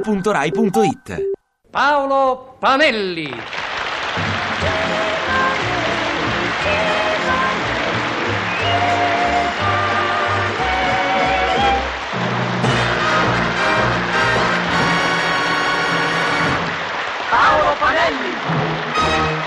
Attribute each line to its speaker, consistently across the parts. Speaker 1: radio2pod.rai.it
Speaker 2: Paolo Panelli.
Speaker 3: Paolo Panelli.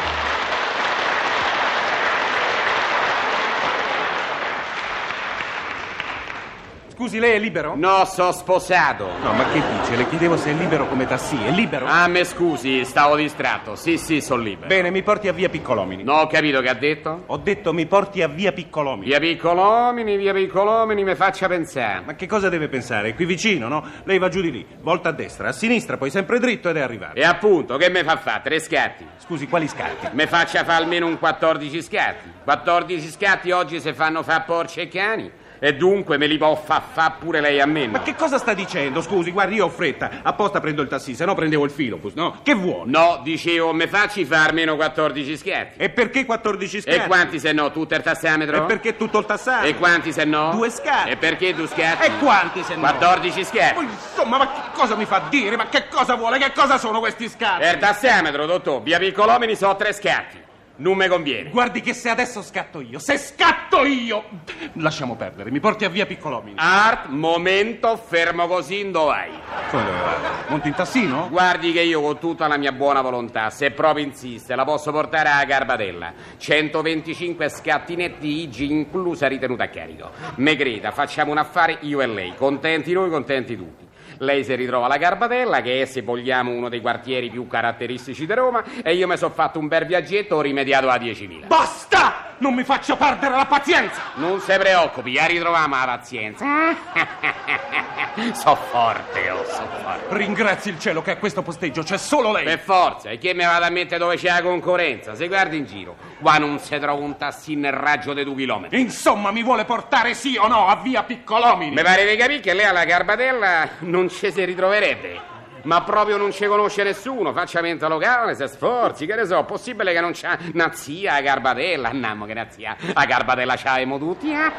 Speaker 2: Scusi, lei è libero?
Speaker 4: No, so sposato.
Speaker 2: No, ma che dice? Le chiedevo se è libero come tassi. È libero?
Speaker 4: Ah, me scusi, stavo distratto. Sì, sì, sono libero.
Speaker 2: Bene, mi porti a via Piccolomini.
Speaker 4: Non ho capito che ha detto.
Speaker 2: Ho detto mi porti a via Piccolomini.
Speaker 4: Via Piccolomini, via Piccolomini, mi faccia pensare.
Speaker 2: Ma che cosa deve pensare? È qui vicino, no? Lei va giù di lì, volta a destra, a sinistra, poi sempre dritto ed è arrivato.
Speaker 4: E appunto, che me fa fare? Tre scatti.
Speaker 2: Scusi, quali scatti?
Speaker 4: Me faccia fare almeno un 14 scatti. 14 scatti oggi se fanno fa porci e cani. E dunque me li può fa fa pure lei a me, no?
Speaker 2: Ma che cosa sta dicendo? Scusi, guardi, io ho fretta. Apposta prendo il tassì, se no prendevo il filobus, no? Che vuole?
Speaker 4: No, dicevo, me facci fare almeno 14 scatti.
Speaker 2: E perché 14 scatti?
Speaker 4: E quanti se no? Tutto il tassametro?
Speaker 2: E perché tutto il tassato?
Speaker 4: E quanti se no?
Speaker 2: Due scatti.
Speaker 4: E perché due scatti?
Speaker 2: E quanti se no?
Speaker 4: 14
Speaker 2: Ma
Speaker 4: scatti.
Speaker 2: Insomma, ma che cosa mi fa dire? Ma che cosa vuole? Che cosa sono questi scatti?
Speaker 4: E il tassametro, dottor, via Piccolomini so tre scatti. Non mi conviene.
Speaker 2: Guardi che se adesso scatto io, se scatto io! Lasciamo perdere, mi porti a via Piccolomini.
Speaker 4: Art, momento, fermo così, dove vai?
Speaker 2: Come dove vado? Monti in tassino?
Speaker 4: Guardi che io con tutta la mia buona volontà, se proprio insiste, la posso portare alla Garbatella. 125 scattinetti IG inclusa ritenuta a carico. Me creda, facciamo un affare io e lei, contenti noi, contenti tutti. Lei si ritrova alla Garbatella, che è, se vogliamo, uno dei quartieri più caratteristici di Roma, e io mi sono fatto un bel viaggetto rimediato a 10.000.
Speaker 2: Basta! Non mi faccia perdere la pazienza!
Speaker 4: Non si preoccupi, la ritroviamo la pazienza. so forte, oh, so forte.
Speaker 2: Ringrazi il cielo che a questo posteggio c'è solo lei!
Speaker 4: Per forza, e che mi vada a mettere dove c'è la concorrenza? Se guardi in giro, qua non si trova un tassì nel raggio dei due chilometri.
Speaker 2: Insomma, mi vuole portare sì o no a via Piccolomini?
Speaker 4: Mi pare di capire che lei alla Garbatella non ci si ritroverebbe. Ma proprio non ci conosce nessuno, faccia mente locale, se sforzi, che ne so, possibile che non c'ha una zia a Garbatella, annammo che una zia a Garbatella c'avemo tutti. eh?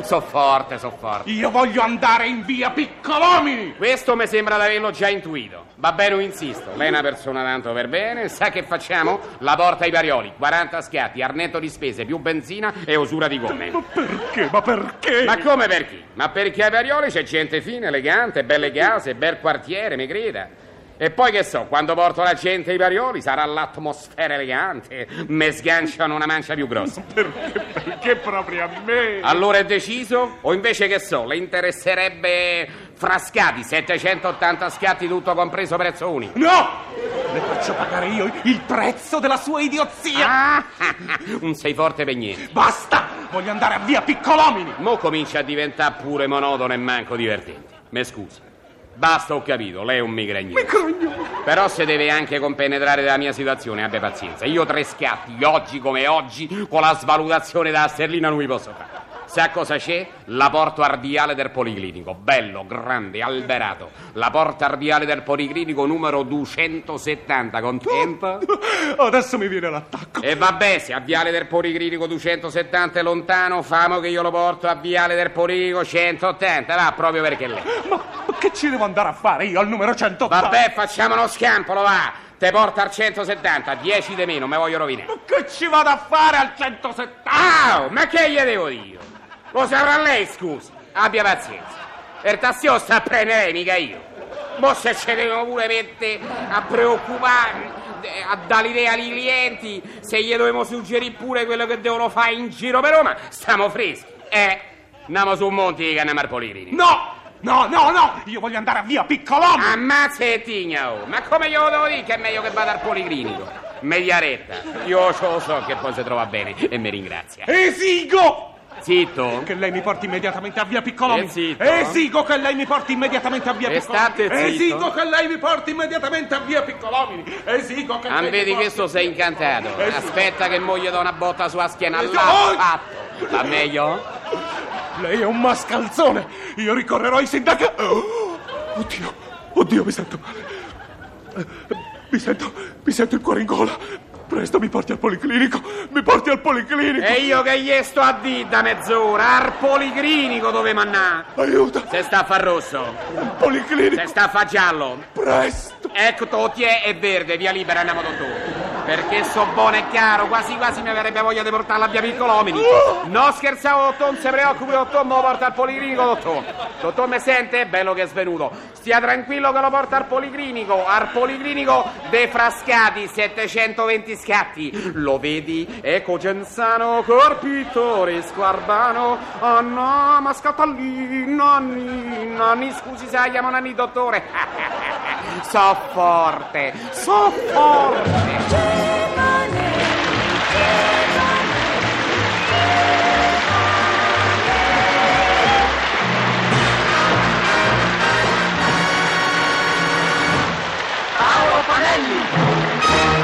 Speaker 4: so forte, so forte.
Speaker 2: Io voglio andare in via Piccolomini!
Speaker 4: Questo mi sembra di averlo già intuito. Va bene, non insisto. Lei è una persona tanto per bene. Sa che facciamo? La porta ai parioli, 40 scatti, arnetto di spese, più benzina e usura di gomme.
Speaker 2: Ma perché? Ma perché?
Speaker 4: Ma come per chi? Ma perché ai parioli c'è gente fine, elegante, belle case, bel quartiere, mi creda. E poi che so, quando porto la gente ai parioli sarà l'atmosfera elegante, me sganciano una mancia più grossa.
Speaker 2: Perché? Perché proprio a me?
Speaker 4: Allora è deciso? O invece che so, le interesserebbe frascati, 780 scatti tutto compreso prezzo unico.
Speaker 2: No! Le faccio pagare io il prezzo della sua idiozia!
Speaker 4: Ah, un sei forte per niente.
Speaker 2: Basta! Voglio andare a via Piccolomini!
Speaker 4: Mo comincia a diventare pure monotono e manco divertente. Me scusi. Basta, ho capito, lei è un migragnolo.
Speaker 2: Cognome!
Speaker 4: Però se deve anche compenetrare della mia situazione, abbia pazienza. Io tre scatti, oggi come oggi, con la svalutazione della sterlina non mi posso fare. Sa cosa c'è? La porta ardiale del Policlinico, bello, grande, alberato. La porta ardiale del Policlinico numero 270, contento?
Speaker 2: Oh, Adesso mi viene l'attacco!
Speaker 4: E vabbè, se a Viale del Policritico 270 è lontano, famo che io lo porto a Viale del Policritico 180, va proprio perché lei.
Speaker 2: Ma, ma che ci devo andare a fare io al numero 180?
Speaker 4: Vabbè, facciamo uno scampolo, va! Te porta al 170, 10 di meno, me voglio rovinare.
Speaker 2: Ma che ci vado a fare al 170?
Speaker 4: Ah, ma che gli devo dire? Lo saprà lei, scusi. Abbia pazienza. Per tassio sta a prendere lei, mica io. Mo se ce devono pure mettere a preoccupare, eh, a dare l'idea ai clienti, se gli dobbiamo suggerire pure quello che devono fare in giro per Roma, stiamo freschi. Eh, andiamo su Monti di Cannamar Polirini.
Speaker 2: No! No, no, no! Io voglio andare a via Piccolomini!
Speaker 4: Ah, Ammazza e tigna, oh. Ma come glielo devo dire che è meglio che vada al policlinico? Megliaretta. Io ce lo so che poi si trova bene e mi ringrazia.
Speaker 2: Esigo!
Speaker 4: Zitto.
Speaker 2: Che lei mi porti immediatamente a via Piccolomini!
Speaker 4: E zitto.
Speaker 2: Esigo che lei mi porti immediatamente a via
Speaker 4: E
Speaker 2: Piccolomini!
Speaker 4: state zitto.
Speaker 2: Esigo che lei mi porti immediatamente a via Piccolomini! Esigo che
Speaker 4: Ah,
Speaker 2: lei mi
Speaker 4: vedi
Speaker 2: porti...
Speaker 4: che sto sei incantato.
Speaker 2: Eh sì.
Speaker 4: Aspetta che moglie do una botta sulla schiena
Speaker 2: Eh,
Speaker 4: là.
Speaker 2: oh!
Speaker 4: Fatto. Va meglio?
Speaker 2: Lei è un mascalzone! Io ricorrerò ai sindacati! Oh, oddio, oddio, mi sento male! Mi sento, mi sento il cuore in gola! Presto mi porti al policlinico, mi porti al policlinico.
Speaker 4: E io che gli sto a dì da mezz'ora, al poligrinico dove mannà.
Speaker 2: Aiuto,
Speaker 4: Se sta a far rosso,
Speaker 2: al policlinico,
Speaker 4: se sta a far giallo,
Speaker 2: presto.
Speaker 4: ecco totie e verde, via libera andiamo da tu. Perché so buono e caro, quasi quasi mi avrebbe voglia di portarla via piccolomini. No scherzavo, dottor, non si preoccupi, dottor, mo porta al policlinico, dottor. Dottor, mi sente? Bello che è svenuto. Stia tranquillo che lo porta al policlinico, al policlinico dei frascati, 720 scatti. Lo vedi? Ecco Genzano, corpitore, squarbano. Ah no, ma scatta lì, nanni, nanni, scusi se la chiamo nanni, dottore. Ah, so forte, so forte. Paolo Panelli.